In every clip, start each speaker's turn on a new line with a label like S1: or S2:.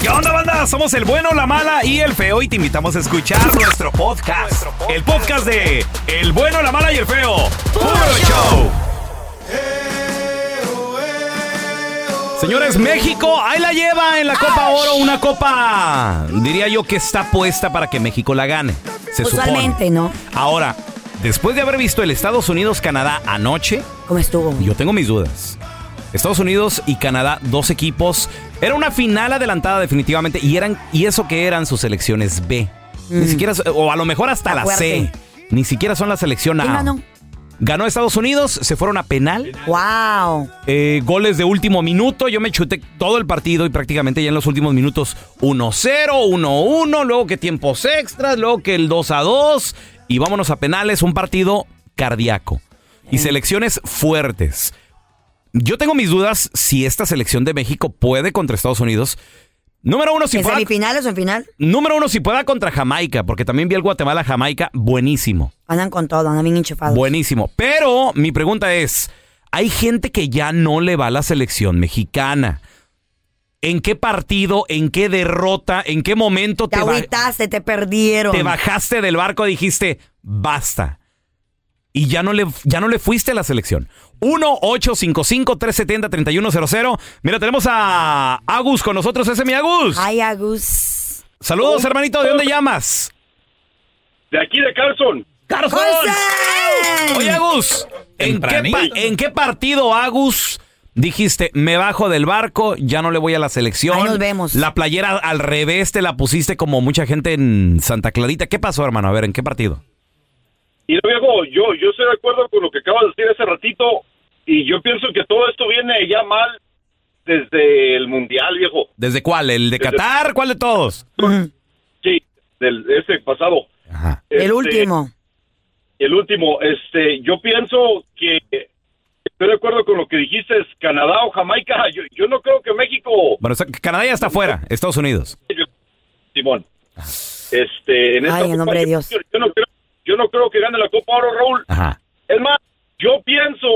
S1: ¿Qué onda, banda? Somos el bueno, la mala y el feo y te invitamos a escuchar nuestro podcast. El podcast de El bueno, la mala y el feo. ¡Puro show! Señores, México, ahí la lleva en la Copa Oro, una copa, diría yo que está puesta para que México la gane. Se supone.
S2: Usualmente, ¿no?
S1: Ahora, después de haber visto el Estados Unidos-Canadá anoche,
S2: ¿Cómo estuvo?
S1: yo tengo mis dudas. Estados Unidos y Canadá, dos equipos. Era una final adelantada definitivamente y eran y eso que eran sus selecciones B. Ni siquiera o a lo mejor hasta
S2: Está
S1: la C.
S2: Mm. fuerte.
S1: Ni siquiera son la selección A.
S2: ¿Quién ganó?
S1: Ganó Estados Unidos, se fueron a penal,
S2: ¡Wow!
S1: eh, goles de último minuto. Yo me chuté todo el partido y prácticamente ya en los últimos minutos 1-0, 1-1, luego que tiempos extras, luego que el 2-2 y vámonos a penales, un partido cardíaco y selecciones fuertes. Yo tengo mis dudas si esta selección de México puede contra Estados Unidos. Número uno, si
S2: ¿En
S1: pueda,
S2: semifinales o en final?
S1: número uno, si pueda contra Jamaica, porque también vi el Guatemala-Jamaica, buenísimo.
S2: Andan con todo, andan bien enchufados.
S1: Buenísimo. Pero mi pregunta es, hay gente que ya no le va a la selección mexicana. ¿En qué partido, en qué derrota, en qué momento
S2: te
S1: te, ba-
S2: agüitaste, te perdieron.
S1: te bajaste del barco y dijiste, basta? Y ya no le, ya no le fuiste a la selección. 1-855-370-3100. Mira, tenemos a Agus con nosotros. Ese es mi Agus.
S2: Ay, Agus.
S1: Saludos, hermanito. ¿De dónde llamas?
S3: Oh. De aquí de Carson.
S1: ¡Carson!
S2: ¡José!
S1: Oye, Agus, ¿en qué,
S4: Tempranito.
S1: pa- en qué partido, Agus, dijiste, me bajo del barco, ya no le voy a la selección?
S2: Ahí nos vemos.
S1: La playera al revés te la pusiste como mucha gente en Santa Clarita. ¿Qué pasó, hermano? A ver, ¿en qué partido?
S3: Y no, viejo, yo, yo estoy de acuerdo con lo que acabas de decir hace ratito. Y yo pienso que todo esto viene ya mal desde el Mundial, viejo.
S1: ¿Desde cuál? ¿El de
S3: Desde-
S1: Qatar? ¿Cuál de todos?
S3: Sí, del, de ese pasado.
S1: Ajá.
S2: El
S3: Este,
S2: último.
S3: El último. Este, yo pienso que estoy de acuerdo con lo que dijiste, es Canadá o Jamaica. Yo, yo no creo que México,
S1: Bueno, o sea, Canadá ya está fuera, Estados Unidos.
S3: Simón.
S1: Ah.
S3: Este, en esta
S2: Ay, en
S3: Copa,
S2: nombre de
S3: yo-
S2: Dios.
S3: Yo, no creo, yo no creo que gane la Copa Oro, Raúl.
S1: Ajá.
S3: Es más, yo pienso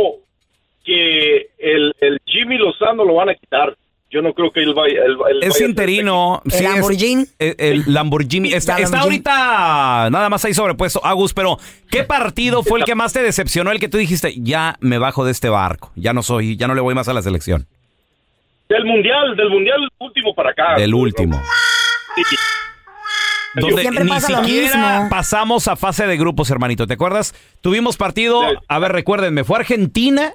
S3: que el, el Jimmy Lozano lo van a quitar. Yo no creo que él vaya. él- él
S1: Es
S3: vaya a-
S1: interino.
S2: este ¿El
S1: sí, es-
S2: Lamborghini?
S1: el, el Lamborghini. Está,
S2: La
S1: está
S2: Lamborghini.
S1: ahorita nada más ahí sobrepuesto, Agus, pero ¿qué partido fue el que más te decepcionó? El que tú dijiste, ya me bajo de este barco, ya no soy, ya no le voy más a la selección.
S3: Del mundial, del mundial último para acá.
S1: Del último. Donde
S2: Siempre
S1: ni
S2: pasa lo
S1: siquiera
S2: mismo.
S1: pasamos a fase de grupos, hermanito. ¿Te acuerdas? Tuvimos partido,
S3: Sí.
S1: a ver, recuérdenme, ¿fue Argentina?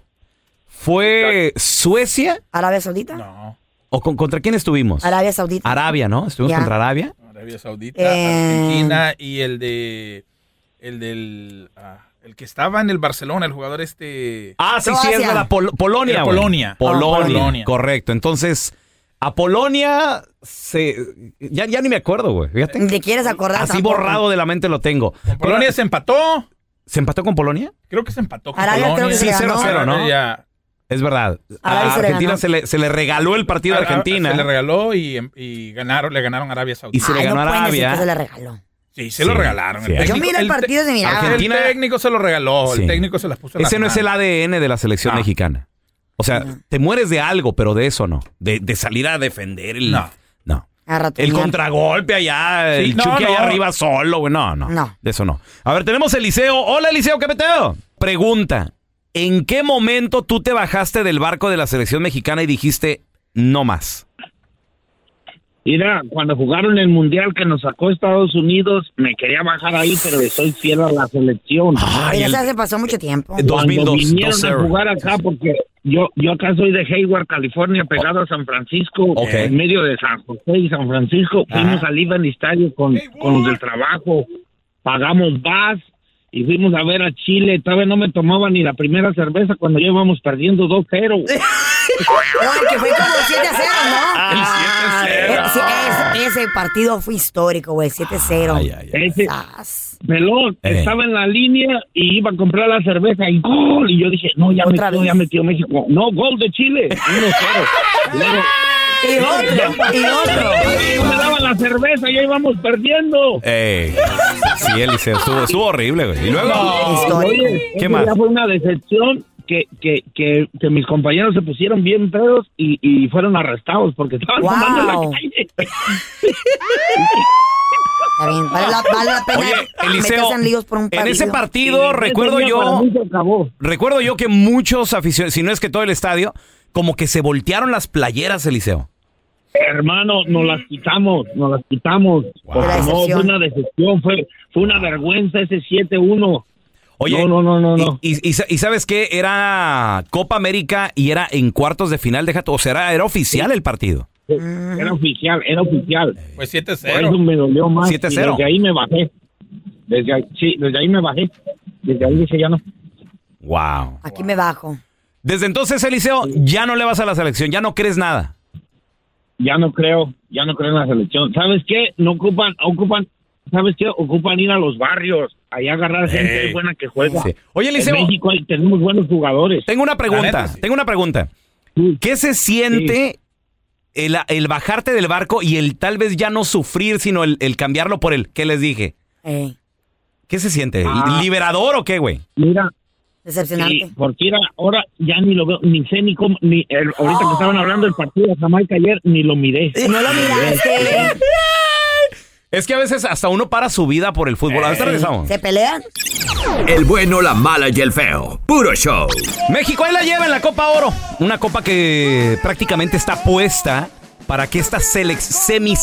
S1: ¿Fue Suecia?
S2: ¿Arabia Saudita?
S4: No,
S1: ¿O con- contra quién estuvimos?
S2: Arabia Saudita.
S1: Arabia, ¿no? Estuvimos
S2: Ya.
S1: contra Arabia.
S4: Arabia Saudita,
S2: Eh.
S4: Argentina y el de. El del. ah, el que estaba en el Barcelona, el jugador este.
S1: Ah, sí, sí,
S2: Croacia.
S1: es de la Pol- Polonia.
S4: Era
S1: güey.
S4: Polonia.
S1: Polonia.
S4: Ah, Polonia.
S1: Correcto. Entonces, a Polonia se. Ya, ya ni me acuerdo, güey. Fíjate.
S2: Ni te quieres acordar.
S1: Así
S2: tampoco.
S1: borrado de la mente lo tengo.
S4: Polonia se empató.
S1: ¿Se empató con Polonia?
S4: Creo que se empató con ¿eh?
S2: Arabia
S4: Polonia.
S2: creo que
S1: Sí,
S2: se ganó.
S1: 0-0, ¿no?
S4: Ya.
S1: Es verdad. A
S2: Arabia se le
S1: Argentina
S2: ganó.
S1: se le, se le regaló el partido a Argentina
S5: Se le regaló y, y ganaron, le ganaron a Arabia
S1: y
S5: Saudita.
S1: se le
S2: Ay,
S1: ganó
S2: no
S1: a
S2: pueden decir
S1: Arabia.
S2: que se la regaló.
S5: Sí, se lo
S1: Sí,
S5: regalaron.
S1: sí.
S5: El
S2: Yo
S5: técnico-
S2: miré el partido y se miraba.
S5: el
S1: Argentina-
S5: técnico se lo regaló,
S1: Sí.
S5: el técnico se las puso Pues en Ah.
S1: Ese
S5: las
S1: no es el
S5: manos.
S1: ADN de la selección
S5: No.
S1: mexicana. O sea,
S2: No.
S1: te mueres de algo, pero de eso no. De, de salir a defender el.
S5: No.
S1: no.
S2: A
S1: El
S2: ratonear.
S1: contragolpe allá,
S5: Sí,
S1: el
S5: no,
S1: chuque allá
S5: no.
S1: arriba solo, güey. No, no,
S2: No.
S1: De eso no. A ver, tenemos Eliseo. Hola, Eliseo, ¿qué peteo? Pregunta: ¿En qué momento tú te bajaste del barco de la selección mexicana y dijiste no más?
S4: Mira, cuando jugaron el mundial que nos sacó Estados Unidos, me quería bajar ahí, pero le soy fiel a la selección.
S1: Ay,
S2: Pero
S1: el-
S2: esa se pasó mucho tiempo.
S1: Eh, 2002,
S4: Cuando vinieron
S1: 2-0.
S4: a jugar acá, porque yo, yo acá soy de Hayward, California, pegado a San Francisco,
S1: Ok.
S4: en medio de San José y San Francisco. Fuimos al Ivan Estadio con, con los del trabajo, pagamos bus y fuimos a ver a Chile. Todavía no me tomaba ni la primera cerveza cuando ya íbamos perdiendo 2-0.
S2: Ay, que fue como 7 a 0, ¿no?
S1: Ah,
S2: Eh, sí, es- ese partido fue histórico, güey. 7 a 0.
S1: Ay, ay, ay.
S4: Ese-
S2: Sas.
S4: Pelón,
S1: Eh.
S4: estaba en la línea y iba a comprar la cerveza y gol. Y yo dije, no, ya
S2: Otra
S4: metió,
S2: vez.
S4: ya metió México. No, gol de Chile. 1-0. Luego,
S2: Y otro, y otro.
S4: no me daban la cerveza, ya íbamos perdiendo.
S1: Ey. Eh, Sí, Eliseo, estuvo, estuvo horrible, güey. Y luego.
S2: Histórico.
S4: Oye,
S1: ¿Qué
S4: ese
S1: más?
S4: Ya fue una decepción que, que, que, que mis compañeros se pusieron bien pedos y, y fueron arrestados porque estaban
S2: Wow.
S4: tomando en la calle.
S2: Está bien, vale la, vale la pena
S1: Oye, Eliseo,
S2: meterse en líos por un
S1: en
S2: partido.
S1: ese partido,
S4: Ese
S1: recuerdo
S4: día para
S1: yo,
S4: mí se acabó.
S1: recuerdo yo que muchos aficionados, si no es que todo el estadio, como que se voltearon las playeras, Eliseo.
S4: Hermano, nos las quitamos, nos las quitamos. Porque
S2: La
S4: no,
S2: decepción.
S4: fue una decepción, fue, fue una vergüenza ese 7-1.
S1: Oye,
S4: No, no, no, no, no.
S1: Y, y- y sa- y sabes qué, era Copa América y era en cuartos de final, deja tú, o sea, era, era oficial el partido. Ah.
S4: Era oficial, era oficial.
S5: Fue
S4: Por eso
S5: 7-0.
S4: me dolió más.
S1: 7-0.
S4: Y Desde ahí me bajé. Desde ahí, sí, desde ahí me bajé. Desde ahí dije ya no.
S1: Wow.
S2: Aquí me bajo.
S1: Desde entonces, Eliseo, ya no le vas a la selección, ya no crees nada.
S4: Ya no creo, ya no creo en la selección. ¿Sabes qué? No ocupan, ocupan, ¿sabes qué? Ocupan ir a los barrios, allá agarrar gente
S5: Ey.
S4: buena que juega.
S1: Sí. Oye,
S4: En
S1: Eliseo,
S4: México ahí tenemos buenos jugadores.
S1: tengo una
S5: La
S1: pregunta,
S5: neta, sí.
S1: tengo una pregunta.
S4: Sí.
S1: ¿Qué se siente el, el bajarte del barco y el tal vez ya no sufrir, sino el, el cambiarlo por el, ¿qué les dije?
S2: Eh,
S1: ¿Qué se siente?
S4: Ah.
S1: ¿Liberador o qué, güey?
S4: Mira,
S2: decepcionante.
S4: Sí, porque era- ahora ya ni lo veo, ni sé ni cómo, ni el- ahorita que estaban hablando del partido de Jamaica ayer, ni lo miré.
S2: No lo miraste.
S1: Es que a veces hasta uno para su vida por el fútbol. Ahorita regresamos.
S2: ¿Se pelean?
S6: El bueno, la mala y el feo. Puro show.
S1: México ahí la lleva en la Copa Oro. Una copa que prácticamente está puesta para que esta selec-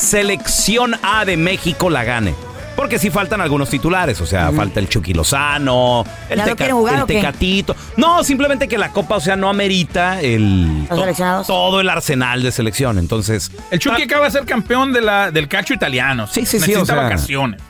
S1: semiselección A de México la gane. Porque sí faltan algunos titulares, o sea, falta el Chucky Lozano, el,
S2: ¿Ya no
S1: Teca-
S2: quieren jugar
S1: el
S2: o qué?
S1: Tecatito. No, simplemente que la Copa, o sea, no amerita el
S2: Los seleccionados.
S1: todo el arsenal de selección. Entonces,
S5: El Chucky acaba de ser campeón de la, del cacho italiano.
S1: Sí, sí, sí,
S5: Necesita
S1: o sea.
S5: vacaciones.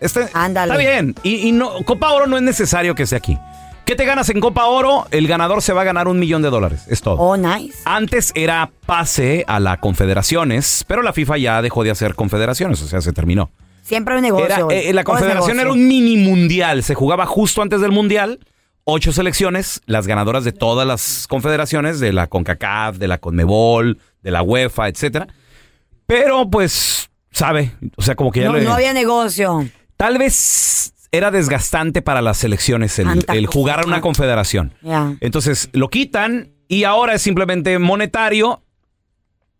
S1: Este-
S2: Ándale.
S1: Está bien. Y, y no, Copa Oro no es necesario que sea aquí. ¿Qué te ganas en Copa Oro? El ganador se va a ganar un millón de dólares. Es todo.
S2: Oh, nice.
S1: Antes era pase a la confederaciones, pero la FIFA ya dejó de hacer confederaciones, o sea, se terminó.
S2: Siempre hay un negocio.
S1: Era,
S2: güey.
S1: eh, la
S2: Todo es
S1: confederación
S2: negocio.
S1: era un mini mundial, se jugaba justo antes del mundial, ocho selecciones, las ganadoras de todas las confederaciones, de la CONCACAF, de la CONMEBOL, de la UEFA, etcétera. Pero pues, sabe, o sea, como que ya
S2: No,
S1: le-
S2: no había negocio.
S1: Tal vez era desgastante para las selecciones el,
S2: Tanta
S1: el jugar a una
S2: cosa.
S1: confederación.
S2: Ya.
S1: Entonces lo quitan y ahora es simplemente monetario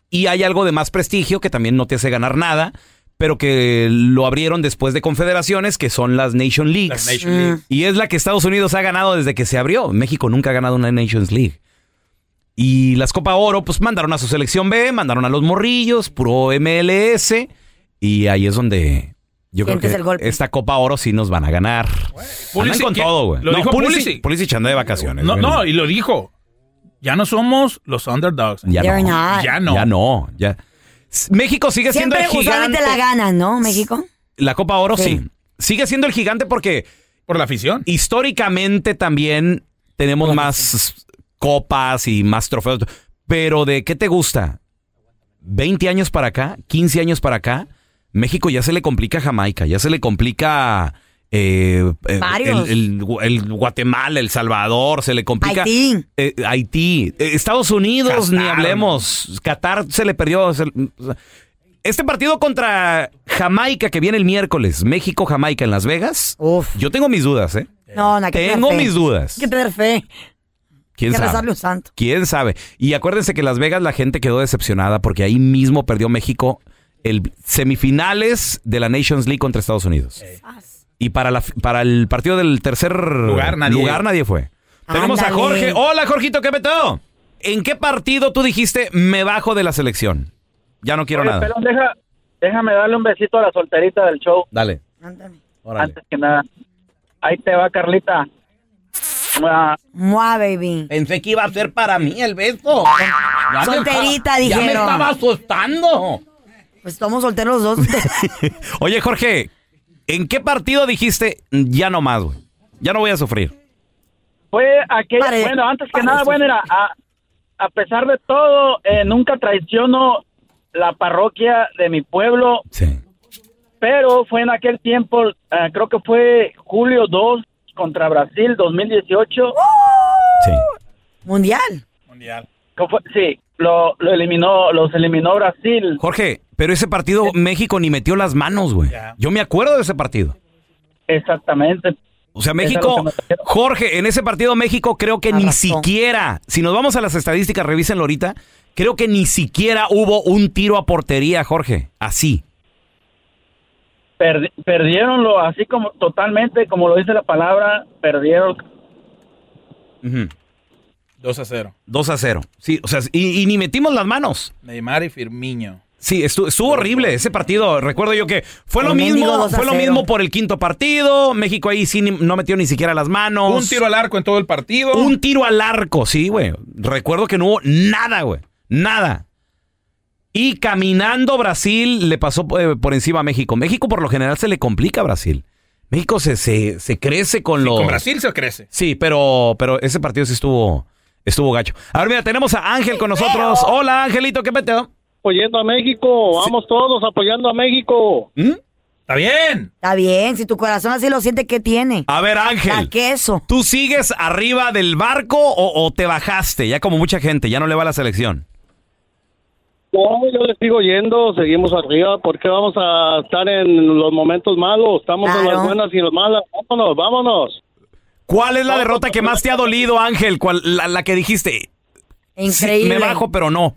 S1: y hay algo de más prestigio que también no te hace ganar nada, pero que lo abrieron después de confederaciones que son las Nation Leagues.
S5: Las Nation League.
S1: Y es la que Estados Unidos ha ganado desde que se abrió. México nunca ha ganado una Nations League. Y las Copa Oro, pues mandaron a su selección B, mandaron a los morrillos, puro MLS. Y ahí es donde yo creo que
S2: Sientes el golpe.
S1: esta Copa Oro sí nos van a ganar. Andan
S5: Pulisic,
S1: con
S5: ¿qué?
S1: todo, güey.
S5: Lo dijo
S1: Pulisic-
S5: Pulisic.
S1: Pulisic anda de vacaciones.
S5: No,
S1: güey.
S5: no, y lo dijo. Ya no somos los underdogs.
S1: Ya
S2: They're
S1: no.
S2: not.
S5: Ya no.
S1: Ya no, ya. S- México sigue siendo
S2: Siempre
S1: el gigante.
S2: usualmente la ganan, ¿no, México?
S1: La Copa Oro sí.
S2: Sí.
S1: Sigue siendo el gigante porque
S5: Por la afición.
S1: históricamente también tenemos más copas y más trofeos. Pero ¿de qué te gusta? 20 años para acá, 15 años para acá, México ya se le complica a Jamaica, ya se le complica eh, eh,
S2: Varios.
S1: El, el Gu- el Guatemala, El Salvador, se le complica.
S2: Haití.
S1: Eh, Haití. Eh, Estados Unidos, ni
S5: Qatar.
S1: hablemos. Qatar se le perdió. se le- o sea, este partido contra Jamaica que viene el miércoles, México-Jamaica en Las Vegas.
S2: Uf.
S1: Yo tengo mis dudas, ¿eh?
S2: No, no, hay que tener
S1: Tengo
S2: fe.
S1: mis dudas.
S2: Hay que tener fe. Hay
S1: ¿Quién
S2: que
S1: sabe?
S2: rezarle un santo.
S1: ¿Quién sabe? Y acuérdense que en Las Vegas la gente quedó decepcionada porque ahí mismo perdió México el semifinales de la Nations League contra Estados Unidos. Y para, la, para el partido del tercer
S5: Lugar, nadie.
S1: fue. Tenemos a
S2: Ándale.
S1: Jorge. Hola, Jorgito, ¿qué peteo? ¿En qué partido tú dijiste me bajo de la selección? Ya no quiero
S7: Oye,
S1: nada.
S7: pelón, deja- déjame darle un besito a la solterita del show,
S1: Dale.
S2: Ándale.
S1: órale.
S7: antes que nada. Ahí te va, Carlita. Ah,
S2: Mua, baby.
S1: Pensé que iba a ser para mí el beso.
S2: me Solterita, estaba- ya me dijeron. estaba
S1: asustando.
S2: Pues estamos solteros los dos.
S1: Oye, Jorge, ¿en qué partido dijiste ya no más, güey? Ya no voy a sufrir.
S7: Fue aquella,
S2: Pare-
S7: bueno, antes que
S2: pare
S7: nada,
S2: sus-
S7: bueno, mira, a, a pesar de todo, eh, nunca traiciono la parroquia de mi pueblo,
S1: Sí.
S7: pero fue en aquel tiempo, eh, creo que fue julio 2 contra Brasil 2018,
S1: Sí.
S2: Mundial.
S5: Mundial.
S7: que fue- sí, lo, lo eliminó, los eliminó Brasil.
S1: Jorge, pero ese partido México ni metió las manos, güey.
S5: Ya.
S1: Yo me acuerdo de ese partido.
S7: Exactamente.
S1: O sea,
S7: Esa
S1: México,
S7: no se me-
S1: Jorge, en ese partido México creo que ni
S2: Arrasó.
S1: siquiera, si nos vamos a las estadísticas, revísenlo ahorita, creo que ni siquiera hubo un tiro a portería, Jorge. Así.
S7: Perdi- perdieronlo así como totalmente, como lo dice la palabra, perdieron.
S1: Ujú.
S5: 2 a 0.
S1: 2 a 0. Sí, o sea, y- y ni metimos las manos.
S5: Neymar y Firmiño.
S1: Sí, estu- estuvo, horrible ese partido. Recuerdo yo que fue lo
S2: El mendigo
S1: mismo,
S2: 2 a
S1: fue lo
S2: 0.
S1: mismo por el quinto partido. México ahí sí ni- no metió ni siquiera las manos.
S5: Un tiro al arco en todo el partido.
S1: Un tiro al arco, sí, güey. Recuerdo que no hubo nada, güey. Nada. Y caminando Brasil le pasó eh, por encima a México. México por lo general se le complica a Brasil. México se, se, se crece con los...
S5: Con Brasil se crece.
S1: Sí, pero, pero ese partido sí estuvo, estuvo gacho. A ver, mira, tenemos a Ángel con nosotros. Hola, Angelito, ¿qué peteo?
S7: Apoyando a México, vamos todos apoyando a México.
S1: ¿Mm?
S5: Está bien.
S2: Está bien, si tu corazón así lo siente, ¿qué tiene?
S1: A ver, Ángel.
S2: La queso.
S1: ¿Tú sigues arriba del barco o, o te bajaste? Ya como mucha gente, ya no le va a la selección.
S7: No, yo les sigo yendo, seguimos arriba, porque vamos a estar en los momentos malos, estamos en
S2: Claro.
S7: las buenas y las malas, vámonos, vámonos.
S1: ¿Cuál es la derrota que más te ha dolido, Ángel? ¿Cuál, la, la que dijiste, "Sí,
S2: Increíble.
S1: me bajo, pero no.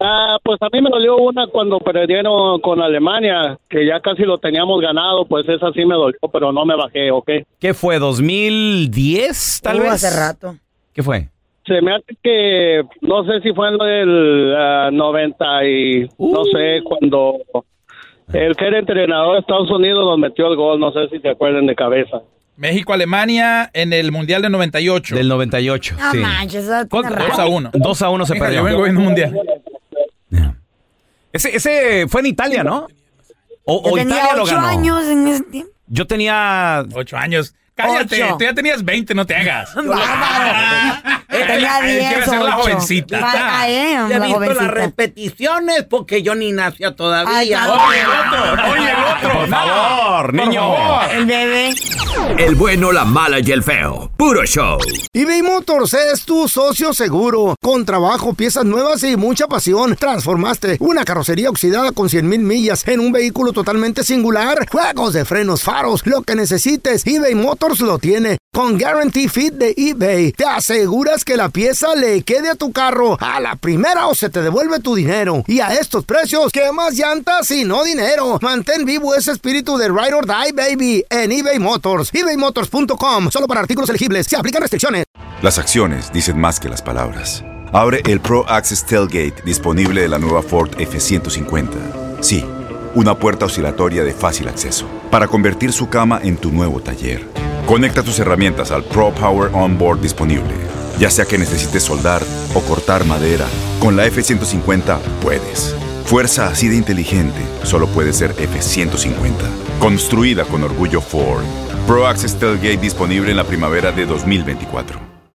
S7: Ah, pues a mí me dolió una cuando perdieron con Alemania, que ya casi lo teníamos ganado, pues esa sí me dolió, pero no me bajé, ¿ok?
S1: ¿Qué fue? ¿2010, tal
S2: Uh,
S1: vez?
S2: Hace rato.
S1: ¿Qué fue?
S7: Se me hace que, no sé si fue en el ah, 90 y no sé, cuando el que era entrenador de Estados Unidos nos metió el gol, no sé si se acuerdan de cabeza.
S5: México-Alemania en el Mundial de 98.
S1: Del 98.
S2: No
S1: Ah, sí.
S2: manches, esa
S1: ¿Cuánto?
S2: tiene
S5: Dos
S2: Ah, rato.
S5: a uno.
S1: 2 a 1 se
S5: Mija,
S1: perdió.
S5: yo vengo viendo un Mundial.
S1: Ya. Ese, ese fue en Italia, ¿no? O,
S2: Yo
S1: o
S2: tenía
S1: Italia lo
S2: ocho
S1: ganó.
S2: años en ese tiempo.
S1: Yo tenía
S5: Ocho años. Cállate,
S2: Ocho.
S5: tú ya tenías 20, no te hagas.
S2: Bárbaro. Yo tenía
S5: Ay, quiere
S2: 10 o
S5: ser la
S2: 8.
S5: jovencita.
S2: Ah, eh, la jovencita.
S1: repeticiones porque yo ni nacía
S2: Ay,
S1: todavía.
S2: tanto.
S5: Oye, el otro. Oye, el otro.
S1: Por
S5: No,
S1: favor,
S5: por
S1: niño.
S5: favor.
S2: El bebé.
S6: El bueno, la mala y el feo. Puro show.
S8: eBay Motors es tu socio seguro. Con trabajo, piezas nuevas y mucha pasión, transformaste una carrocería oxidada con 100 mil millas en un vehículo totalmente singular. Juegos de frenos, faros, lo que necesites, eBay Motors lo tiene. Con Guarantee Fit de eBay, te aseguras que la pieza le quede a tu carro a la primera o se te devuelve tu dinero. Y a estos precios, ¿qué más llantas y no dinero? Mantén vivo ese espíritu de Ride or Die, baby, en eBay Motors. ebaymotors.com, solo para artículos elegibles. Se aplican restricciones.
S9: Las acciones dicen más que las palabras. Abre el Pro Access Tailgate disponible de la nueva Ford F-150. Sí, una puerta oscilatoria de fácil acceso para convertir su cama en tu nuevo taller. Conecta tus herramientas al Pro Power Onboard disponible. Ya sea que necesites soldar o cortar madera, con la F-150 puedes. Fuerza así de inteligente solo puede ser F-150. Construida con orgullo Ford. Pro Access Tailgate disponible en la primavera de 2024.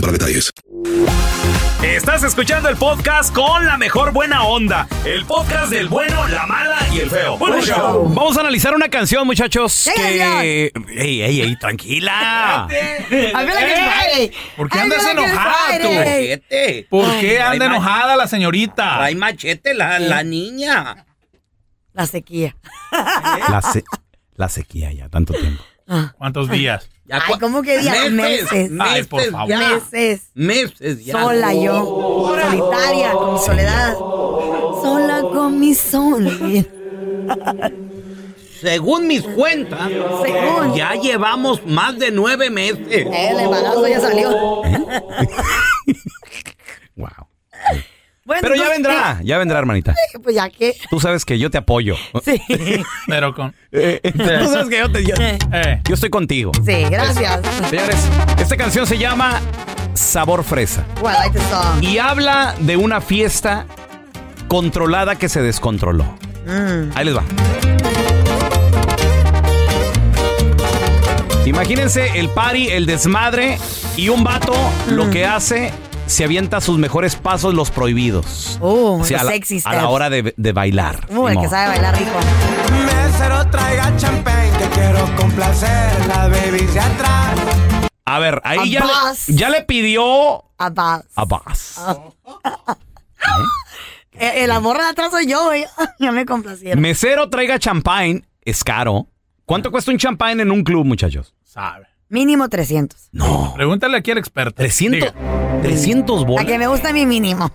S10: para detalles.
S1: Estás escuchando el podcast con la mejor buena onda. El podcast del bueno, la mala y el feo. Bueno, show. Vamos a analizar una canción, muchachos. Que... Ey, ey, ey, tranquila.
S5: I
S11: feel like it's Friday.
S5: ¿Por qué
S11: I
S5: andas
S11: feel like it's
S5: enojada tú?
S11: Friday.
S5: ¿Por qué
S11: Ay,
S5: anda
S11: trae ma-
S5: enojada la señorita?
S11: Trae machete la, la niña.
S2: La sequía.
S1: La, se- la sequía ya, tanto tiempo.
S2: Ah.
S5: ¿Cuántos días?
S2: Ay, ¿cómo que días?
S11: Meses,
S2: Meses.
S11: Ay, por meses favor. ya.
S2: Meses.
S11: Meses ya.
S2: Sola yo. Solitaria, con mi soledad. Sola con mi soledad.
S11: Según mis cuentas, ya llevamos más de nueve meses.
S2: El embarazo ya salió. Bueno,
S1: Pero ya
S2: entonces,
S1: vendrá, ya vendrá, hermanita.
S2: eh, Pues ya que.
S1: Tú sabes que yo te apoyo.
S2: Sí.
S5: Pero con.
S1: Tú sabes que yo te. Yo, Eh, yo estoy contigo.
S2: Sí, gracias.
S1: Señores, esta canción se llama Sabor Fresa.
S2: Well, I like the song.
S1: Y habla de una fiesta controlada que se descontroló.
S2: Mm.
S1: Ahí les va. Imagínense el party, el desmadre y un vato
S2: Mm.
S1: lo que hace, se avienta sus mejores pasos, los prohibidos.
S2: Oh,
S1: O sea, a
S2: los
S1: la,
S2: sexy
S1: a la
S2: steps.
S1: hora de, de bailar.
S2: Uh, el
S1: Simón.
S2: que sabe bailar rico.
S12: Mesero traiga champagne, que quiero complacer. La baby se atrás.
S1: A ver, ahí
S12: A
S1: ya,
S12: Buzz.
S1: le, ya le pidió
S2: A Buzz.
S1: a Buzz.
S2: Eh, eh, la morra de atrás soy yo, güey. Ya me complacieron.
S1: Mesero traiga champagne, es caro. ¿Cuánto cuesta un champagne en un club, muchachos?
S5: Sabe.
S2: Mínimo 300.
S5: Pregúntale aquí al experto.
S1: 300. 300
S2: La que me gusta a mí mínimo.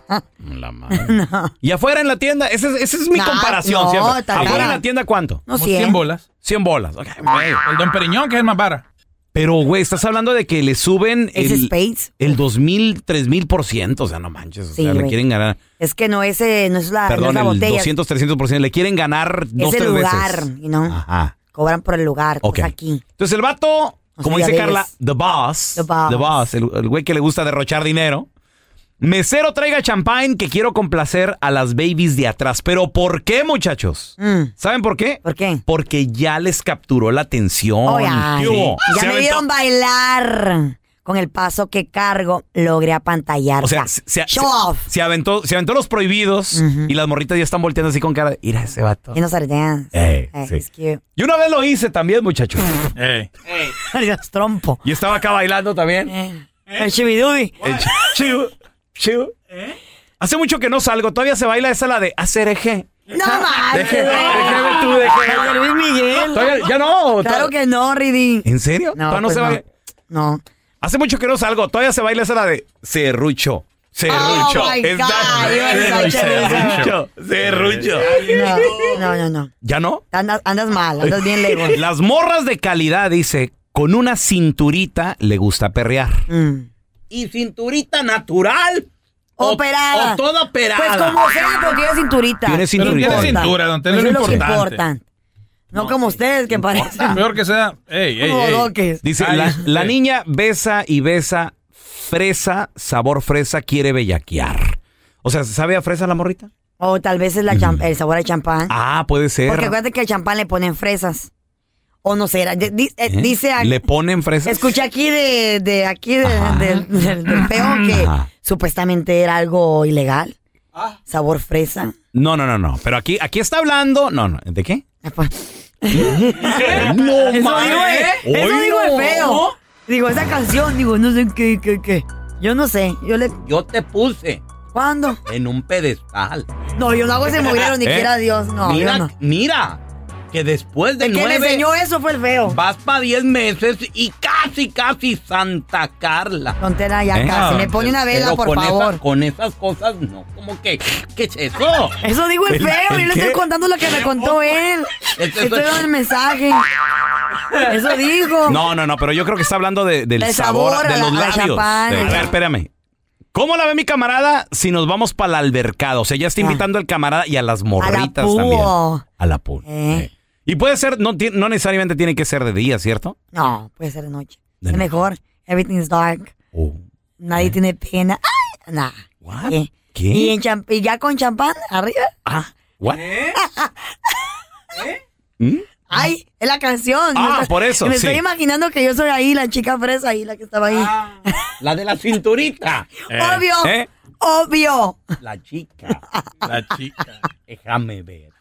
S1: Y afuera en la tienda, esa es, esa es mi
S2: No,
S1: comparación,
S2: no,
S1: ¿cierto?
S2: está
S1: Afuera
S2: cara.
S1: en la tienda, ¿cuánto?
S2: No, Como 100. 100
S5: bolas.
S1: 100 bolas, ok. El
S5: Don Periñón, que es el más vara.
S1: Pero, güey, estás hablando de que le suben
S2: Ese
S1: el,
S2: Space.
S1: el 2000, 3000 por ciento. O sea, no manches. O
S2: Sí,
S1: sea, le
S2: güey. Ah,
S1: quieren ganar.
S2: Es que no, ese, no es la, no es
S1: Perdón,
S2: la
S1: el
S2: botella.
S1: 200, 300 por ciento. Le quieren ganar dos,
S2: es el
S1: tres
S2: lugar,
S1: veces.
S2: you know.
S1: Ajá.
S2: Cobran por el lugar.
S1: Ok.
S2: pues aquí.
S1: Entonces el vato,
S2: No
S1: como
S2: sé, ya
S1: dice
S2: ves.
S1: Carla, the boss, the boss,
S2: boss.
S1: el, el güey que le gusta derrochar dinero. Mesero traiga champagne que quiero complacer a las babies de atrás. Pero ¿por qué, muchachos? ¿Saben por qué? ¿Por
S2: Mm. qué?
S1: Porque ya les capturó la atención.
S2: Oh, ya,
S1: ¿Qué
S2: sí.
S1: hubo?
S2: Ya
S1: Se
S2: me
S1: aventó-
S2: vieron bailar. Con el paso que cargo, logré apantallar.
S1: O sea, se, se-
S2: show
S1: se-
S2: off.
S1: se aventó, se aventó los prohibidos y las morritas ya están volteando así con cara de, mira ese vato.
S2: Y no sabe dance.
S1: Ey,
S2: Eh,
S1: sí.
S2: it's cute.
S1: Y una vez lo hice también, muchachos.
S2: trompo. Eh,
S1: Y estaba acá bailando también. ¿Eh?
S2: El chibidubi. ¿Eh?
S1: El chi- chiu, chiu. Hace mucho que no salgo. Todavía se baila esa la de hacer eje.
S2: No mames.
S1: Deje- déjeme tú, déjeme.
S2: Ay, Luis Miguel.
S1: Todavía- ya no.
S2: Claro que no, Ridi.
S1: ¿En serio?
S2: No,
S1: Todavía no
S2: pues
S1: se
S2: no.
S1: baila.
S2: No.
S1: Hace mucho que no salgo. Todavía se baila esa la de serrucho. Serrucho.
S2: Oh, my
S1: Es
S2: God,
S1: la-
S2: yo no sabía
S1: Serrucho. Serrucho.
S2: No, no, no.
S1: ¿Ya no?
S2: Andas, andas mal, andas bien lejos.
S1: Las morras de calidad, dice, con una cinturita le gusta perrear.
S2: Mm.
S11: Y cinturita natural. O-
S2: operada.
S11: O toda operada.
S2: Pues como sea, pero tiene cinturita.
S1: Tiene
S2: Pero
S1: cinturita.
S2: importa.
S1: Tiene cintura,
S5: don Telo,
S2: Eso
S5: lo
S2: que
S5: importante.
S2: No, como ustedes que parecen.
S5: Peor que sea. Ey, ey,
S2: Como
S5: ey.
S2: doques.
S1: Dice,
S5: Ay,
S1: la, la niña besa y besa fresa, sabor fresa, quiere bellaquear. O sea, ¿sabe a fresa la morrita?
S2: O tal vez es la cham- el sabor al champán.
S1: Ah, puede ser.
S2: Porque acuérdate que al champán le ponen fresas. O no será. Di- di- eh,
S1: ¿Eh?
S2: Dice a-
S1: ¿Le ponen fresa?
S2: Escuché aquí de, de aquí de- del, del- del peón que
S1: Ajá.
S2: supuestamente era algo ilegal. Sabor fresa.
S1: No, no, no, no. Pero aquí, aquí está hablando. No, no. ¿De qué?
S2: Ah, pues.
S1: Mm. no,
S2: Eso
S1: madre.
S2: digo, eh, eso
S1: Oy,
S2: digo
S1: no.
S2: el feo. Digo, esa canción, digo, no sé qué, qué, qué. Yo no sé. Yo le.
S11: Yo te puse.
S2: ¿Cuándo?
S11: En un pedestal. ¿Eh?
S2: No, yo no hago ese mugrero, ni quiera Dios, no,
S11: Mira,
S2: yo no.
S11: mira. Que después de
S2: El que me
S11: nueve.
S2: enseñó eso fue el feo.
S11: Vas para diez meses y casi, casi Santa Carla.
S2: Tontera ya
S11: ¿Eh?
S2: casi. Me
S11: Ah,
S2: pone una
S11: pero
S2: vela, por
S11: con
S2: favor.
S11: esas- con esas cosas, no. ¿Cómo que? ¿Qué es eso?
S2: Eso digo el feo, yo le estoy contando lo que me contó él.
S11: Este-
S2: Estoy dando el mensaje. Eso digo.
S1: No, no, no, pero yo creo que está hablando de- del
S2: Del
S1: sabor,
S2: sabor a
S1: de
S2: la-
S1: los
S2: a la
S1: labios.
S2: champán,
S1: De- a
S2: el
S1: ver,
S2: chap-
S1: espérame. ¿Cómo la ve mi camarada si nos vamos para la albercada? O sea, ya
S2: Ah.
S1: está invitando al camarada y a las morritas también.
S2: Púo.
S1: A la pool.
S2: Eh.
S1: Y puede ser, no, ti- no necesariamente tiene que ser de día, ¿cierto?
S2: No, puede ser de noche. es mejor. Everything's dark.
S1: Oh,
S2: Nadie tiene pena. ¡Ay! Nah. ¿Qué?
S1: Eh. ¿Qué?
S2: Eh. Y, en champ- y ya con champán arriba.
S1: ¿What?
S5: Eh.
S11: ¿Eh?
S2: ¡Ay! Es la canción.
S1: ¿Mm? Ah,
S2: Me está-
S1: por eso,
S2: Me
S1: sí.
S2: estoy imaginando que yo soy ahí, la chica fresa ahí, la que estaba ahí.
S11: Ah. La de la cinturita.
S2: Obvio.
S1: Eh.
S2: Obvio.
S11: La chica. La chica. Déjame ver.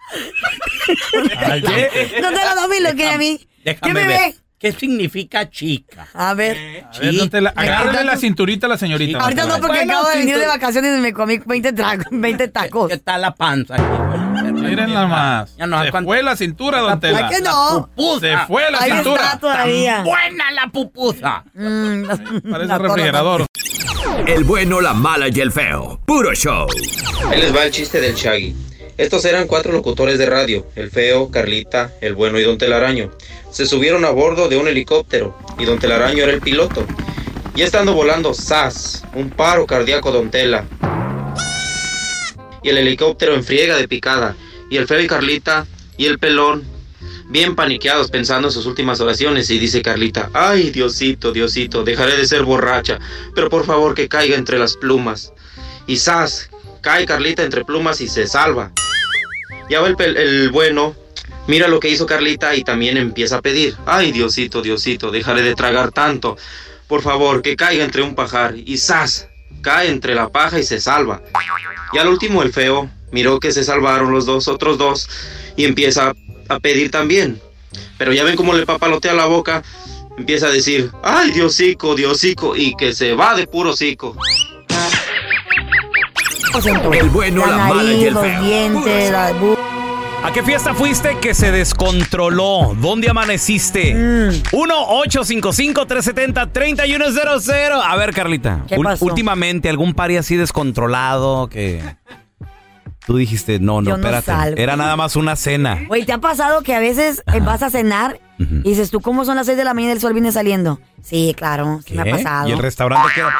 S2: Ay,
S11: ¿qué?
S2: ¿Eh? No te lo doy, lo que a mí.
S11: Déjame
S2: ¿Qué me
S11: ver.
S2: ve?
S11: ¿Qué significa chica?
S2: A ver.
S11: ¿Eh?
S5: A ver, no te la- agárrale la cinturita a la señorita.
S2: Ahorita no, porque
S11: Bueno,
S2: acabo de
S11: sí,
S2: venir
S11: tú-
S2: de vacaciones y me comí 20, tra- 20 tacos. ¿Qué
S11: está la panza aquí?
S5: Miren nada más. Se fue la cintura, don Tela.
S2: ¿Por qué no?
S5: Se fue la
S2: Ahí
S5: cintura.
S2: está todavía. Mm,
S11: Tan buena la pupusa.
S5: Parece refrigerador.
S6: El bueno, la mala y el feo. Puro show.
S13: Ahí les va el chiste del Shaggy. Estos eran cuatro locutores de radio, el feo, Carlita, el bueno y don Telaraño. Se subieron a bordo de un helicóptero y don Telaraño era el piloto. Y estando volando, ¡zas! Un paro cardíaco don Tela. Y el helicóptero en friega de picada. Y el feo y Carlita y el pelón bien paniqueados pensando en sus últimas oraciones y dice Carlita, ay Diosito, Diosito, dejaré de ser borracha, pero por favor que caiga entre las plumas. Y zas, cae Carlita entre plumas y se salva. Ya va el, pel- el bueno, mira lo que hizo Carlita y también empieza a pedir, ay Diosito, Diosito, dejaré de tragar tanto, por favor que caiga entre un pajar y zas, cae entre la paja y se salva. Y al último el feo miró que se salvaron los dos otros dos y empieza a pedir también. Pero ya ven cómo le papalotea la boca, empieza a decir, ay Diosico, Diosico, y que se va de puro cico.
S6: El bueno, la, mala y el
S2: los
S6: feo.
S2: dientes, la bu-
S1: ¿A qué fiesta fuiste que se descontroló? ¿Dónde amaneciste?
S2: Mm.
S1: 1-855-370-3100. A ver, Carlita.
S2: ¿Qué
S1: ul-
S2: pasó?
S1: Últimamente, algún pari así descontrolado que tú dijiste, no, no,
S2: Yo no
S1: espérate.
S2: salgo.
S1: Era nada más una cena.
S2: Güey, ¿te ha pasado que a veces eh, vas a cenar y dices tú, ¿cómo son las 6 de la mañana y el sol viene saliendo? Sí, claro, sí me
S1: ¿Qué?
S2: ha pasado.
S1: ¿Eh? ¿Y el restaurante qué era?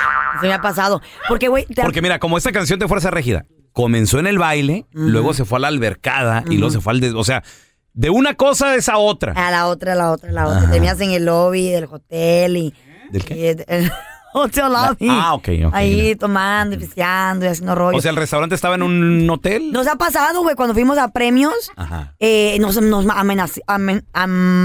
S2: Sí me ha pasado. Porque, güey, te ha-
S1: Porque mira, como esta canción de Fuerza Régida comenzó en el baile, luego se fue a la albercada y luego se fue al. des- o sea, de una cosa es a otra.
S2: a la otra, a la otra, a la otra.
S1: Ajá.
S2: Te miras en el lobby del hotel y...
S1: ¿Del
S2: qué? el hotel lobby.
S1: Ah, ok, ok.
S2: Ahí tomando, y pisteando y haciendo rollo.
S1: O sea, el restaurante estaba en un hotel.
S2: Nos ha pasado, güey, cuando fuimos a premios,
S1: Ajá.
S2: eh, nos, nos amenaci- amen-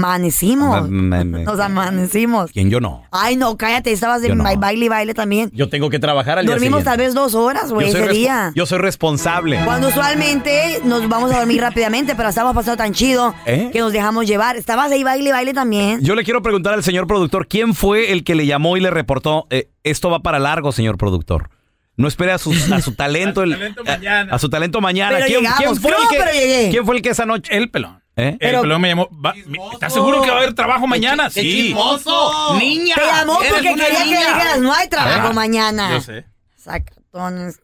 S2: amanecimos.
S1: Me- me-
S2: Nos amanecimos.
S1: ¿Quién yo no?
S2: Ay, no, cállate, estabas de
S1: Yo no.
S2: ba- baile y baile también.
S1: Yo tengo que trabajar al
S2: Dormimos
S1: día
S2: tal
S1: siguiente.
S2: vez dos horas, güey,
S1: yo,
S2: ese
S1: soy respo-
S2: día.
S1: yo soy responsable.
S2: Cuando usualmente nos vamos a dormir rápidamente, pero estábamos pasando tan chido
S1: ¿Eh?
S2: que nos dejamos llevar. Estabas ahí baile y baile también.
S1: Yo le quiero preguntar al señor productor, ¿quién fue el que le llamó y le reportó, eh, esto va para largo, señor productor? No espere a, sus- a su talento, el- a, a su talento mañana.
S5: Pero
S1: ¿Quién,
S5: llegamos,
S1: quién fue
S5: no,
S1: el que,
S5: pero llegué.
S1: quién fue el que esa noche? El pelón. ¿Eh?
S5: El pelón me llamó. va- mi- ¿Estás seguro que va a haber trabajo mañana?
S1: qué
S5: Sí.
S1: chismoso.
S5: Niña,
S2: Te llamó
S5: eres
S2: porque
S5: una
S2: quería que
S5: niña.
S2: le dijeras, no hay trabajo
S5: Ah,
S2: mañana. Ah,
S5: Yo sé.
S2: Sacatones.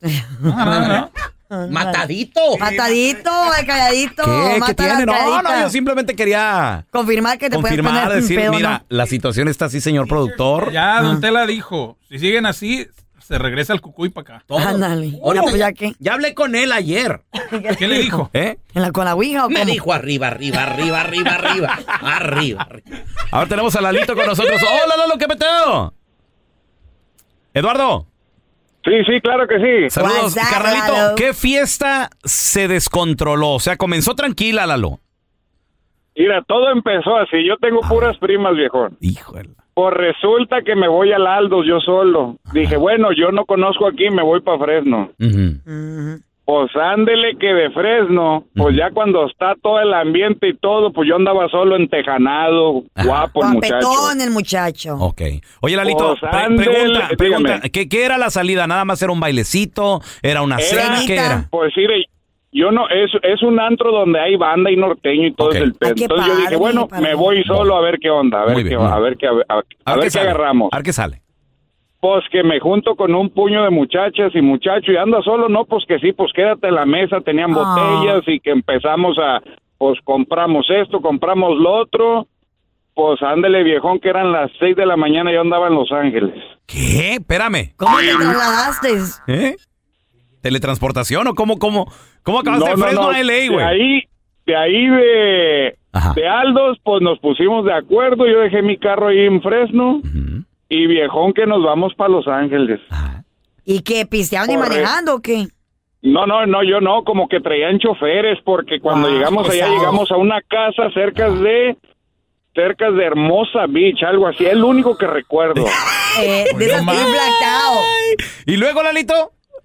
S11: Matadito.
S2: Matadito, ay, calladito.
S1: ¿Qué? ¿Qué
S2: mata la
S1: tiene? No, no,
S2: calladita.
S1: yo simplemente quería
S2: Confirmar que te pueden
S1: confirmar,
S2: poner un
S1: decir,
S2: pedo,
S1: mira, la situación está así, señor productor.
S5: Ya, don Tela dijo, si siguen así, se regresa el cucuy para acá.
S2: ¿no? Ándale. Ahora, pues, ya qué.
S11: Ya hablé con él ayer.
S5: ¿Qué le dijo?
S1: ¿Eh?
S2: ¿En la, ¿Con la ouija o
S11: Me
S2: cómo?
S11: dijo arriba, arriba, arriba, arriba, arriba. Arriba, arriba.
S1: Ahora tenemos a Lalito con nosotros. ¡Hola, Lalo, qué peteo! Eduardo.
S14: Sí, sí, claro que sí.
S1: Saludos,
S14: What's up,
S1: carnalito.
S14: Lalo?
S1: ¿Qué fiesta se descontroló? O sea, comenzó tranquila, Lalo.
S14: Mira, todo empezó así. Yo tengo puras primas, viejón.
S1: Ah. Híjole.
S14: Pues resulta que me voy al Aldo yo solo. Dije, bueno, yo no conozco aquí, me voy para Fresno. Pues ándele que de Fresno, pues ya cuando está todo el ambiente y todo, pues yo andaba solo en Tejanado, guapo el muchacho.
S2: Guapetón el muchacho.
S1: Ok. Oye, Lalito,
S14: Pues,
S1: pre-
S14: ándele,
S1: pregunta,
S14: dígame.
S1: pregunta, ¿qué, qué era la salida? ¿Nada más era un bailecito? ¿Era una cena? ¿Qué era?
S14: Pues mire, yo no, es, es un antro donde hay banda y norteño y todo es el pedo.
S1: Ah, qué
S14: Entonces yo dije,
S1: padre,
S14: bueno,
S1: padre.
S14: me voy solo a ver qué onda, a ver
S1: Muy bien,
S14: qué,
S1: muy
S14: a
S1: bien.
S14: ver qué, a, a- a
S1: qué
S14: ver qué
S1: sale.
S14: agarramos.
S1: A ver qué sale.
S14: Pues que me junto con un puño de muchachas y muchacho y anda solo, no, pues que sí, pues quédate en la mesa, tenían
S15: Ah.
S14: botellas y que empezamos a, pues compramos esto, compramos lo otro Pues ándele, viejón, que eran las 6 de la mañana y yo andaba en Los Ángeles.
S1: ¿Qué? ¿Eh? Espérame.
S2: ¿Cómo te trasladaste?
S1: ¿Eh? ¿Teletransportación o cómo, cómo, cómo acabaste
S14: No,
S1: de
S14: no,
S1: Fresno
S14: no,
S1: a LA,
S14: De
S1: güey?
S14: ahí, de ahí de, de Aldos, pues nos pusimos de acuerdo. Yo dejé mi carro ahí en Fresno y viejón que nos vamos para Los Ángeles.
S2: ¿Y qué? ¿Pistearon y
S14: Correcto.
S2: manejando o qué?
S14: No, no, no, yo no, como que traían choferes porque cuando
S2: Ah,
S14: llegamos
S1: pues
S14: allá
S2: pesado.
S14: llegamos a una casa cerca de cerca de Hermosa Beach, algo así, es lo único que recuerdo.
S2: Eh,
S1: Pues
S2: de esas que tienen blackout.
S1: Y luego, Lalito,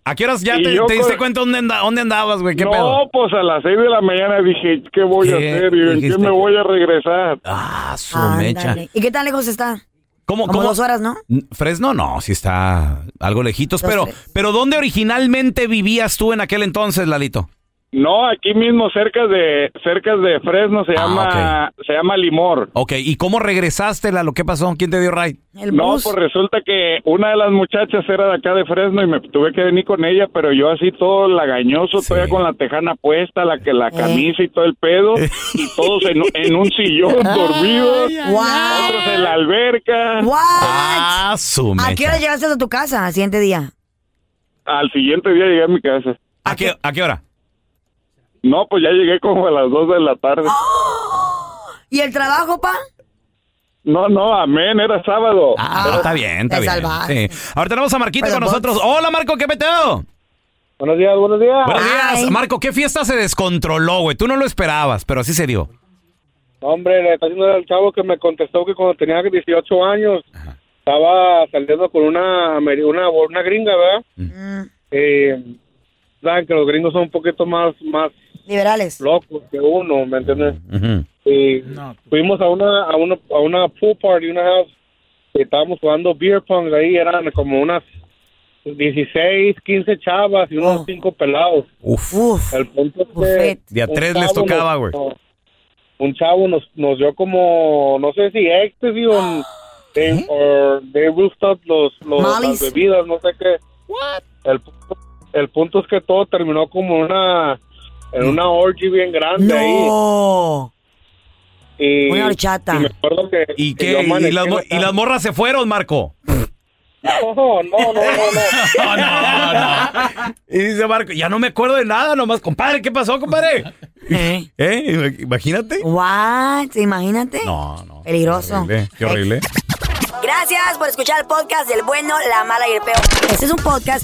S1: ¿a qué horas ya
S14: Y
S1: te,
S14: yo
S1: te diste
S14: con-
S1: cuenta dónde, anda- dónde andabas, güey? ¿Qué
S14: no,
S1: pedo?
S14: pues a las seis de la mañana dije, ¿qué voy a
S1: ¿Qué
S14: hacer? ¿Y en qué
S1: dijiste?
S14: me voy a regresar?
S1: Ah, su mecha.
S2: Ándale. ¿Y qué tan lejos está?
S1: ¿Cómo,
S2: Como
S1: cómo?
S2: dos horas, ¿no?
S1: Fresno, no, sí está algo lejitos,
S2: Dos,
S1: pero, pero ¿dónde originalmente vivías tú en aquel entonces, Lalito?
S14: No, aquí mismo cerca de cerca de Fresno se llama se llama Limor.
S1: Ah, Ok, ¿y cómo regresaste, Lalo? ¿Qué pasó? ¿Quién te dio ride?
S14: No, pues resulta que una de las muchachas era de acá de Fresno y me tuve que venir con ella, pero yo así todo lagañoso, todavía con la tejana puesta, la que
S2: Eh.
S14: la camisa y todo el pedo,
S1: Eh.
S14: y todos en, en un sillón dormidos, otros en la alberca.
S2: What?
S1: Ah, su
S2: ¿A qué hora
S1: mecha.
S2: llegaste a tu casa al siguiente día?
S14: Al siguiente día llegué a mi casa.
S1: ¿A qué, ¿A qué hora?
S14: No, pues ya llegué como a las dos de la tarde.
S2: ¿Y el trabajo, pa?
S14: No, no, amén, era sábado.
S1: Ah, está bien, está
S2: Te
S1: bien.
S2: salvaste.
S1: sí. Ahora tenemos a Marquito
S2: Pero
S1: con nosotros.
S2: bots.
S1: Hola, Marco, ¿qué peteo?
S15: Buenos días, buenos días.
S1: Buenos días.
S15: Ay.
S1: Marco, ¿qué fiesta se descontroló, güey? Tú no lo esperabas, pero así se dio.
S15: No, hombre, le está diciendo al chavo que me contestó que cuando tenía 18 años estaba saliendo con una, ameri- una, una gringa, ¿verdad? Eh, saben que los gringos son un poquito más, más
S2: Liberales.
S15: locos que uno, ¿me entiendes?
S1: Ujú.
S15: Y fuimos a una, a una, a una pool party, una house, y estábamos jugando beer pong ahí, eran como unas 16, 15 chavas y unos 5 pelados.
S1: Oh. Uf.
S15: El punto es que
S1: Buffet. De a
S15: un
S1: tres les
S15: chavo
S1: tocaba,
S15: nos-
S1: güey.
S15: Un chavo nos, nos dio como, no sé si ecstasy
S1: Ah.
S15: o de,
S1: ¿Eh?
S15: or they roofed up los, los- las
S16: Molly's.
S15: bebidas, no sé qué. El, punto- el punto es que todo terminó como una, en
S1: Mm.
S15: una orgy bien grande
S2: ahí.
S15: Y,
S1: Una horchata.
S15: Y me acuerdo que,
S1: ¿Y
S15: que
S1: qué?
S15: yo
S1: ¿Y,
S15: amanecí
S1: las,
S15: en
S1: mo-
S15: la
S1: y las morras se fueron, Marco?
S15: No, no, no, no, no.
S1: Y dice Marco, ya no me acuerdo de nada nomás. Compadre, ¿qué pasó, compadre? ¿Eh? Ima- Imagínate.
S2: What? Imagínate.
S1: No, no.
S2: Peligroso.
S1: Horrible, Qué horrible.
S2: Gracias por escuchar el podcast del bueno, la mala y el peor. Este es un podcast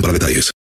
S10: para detalles.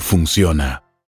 S17: funciona.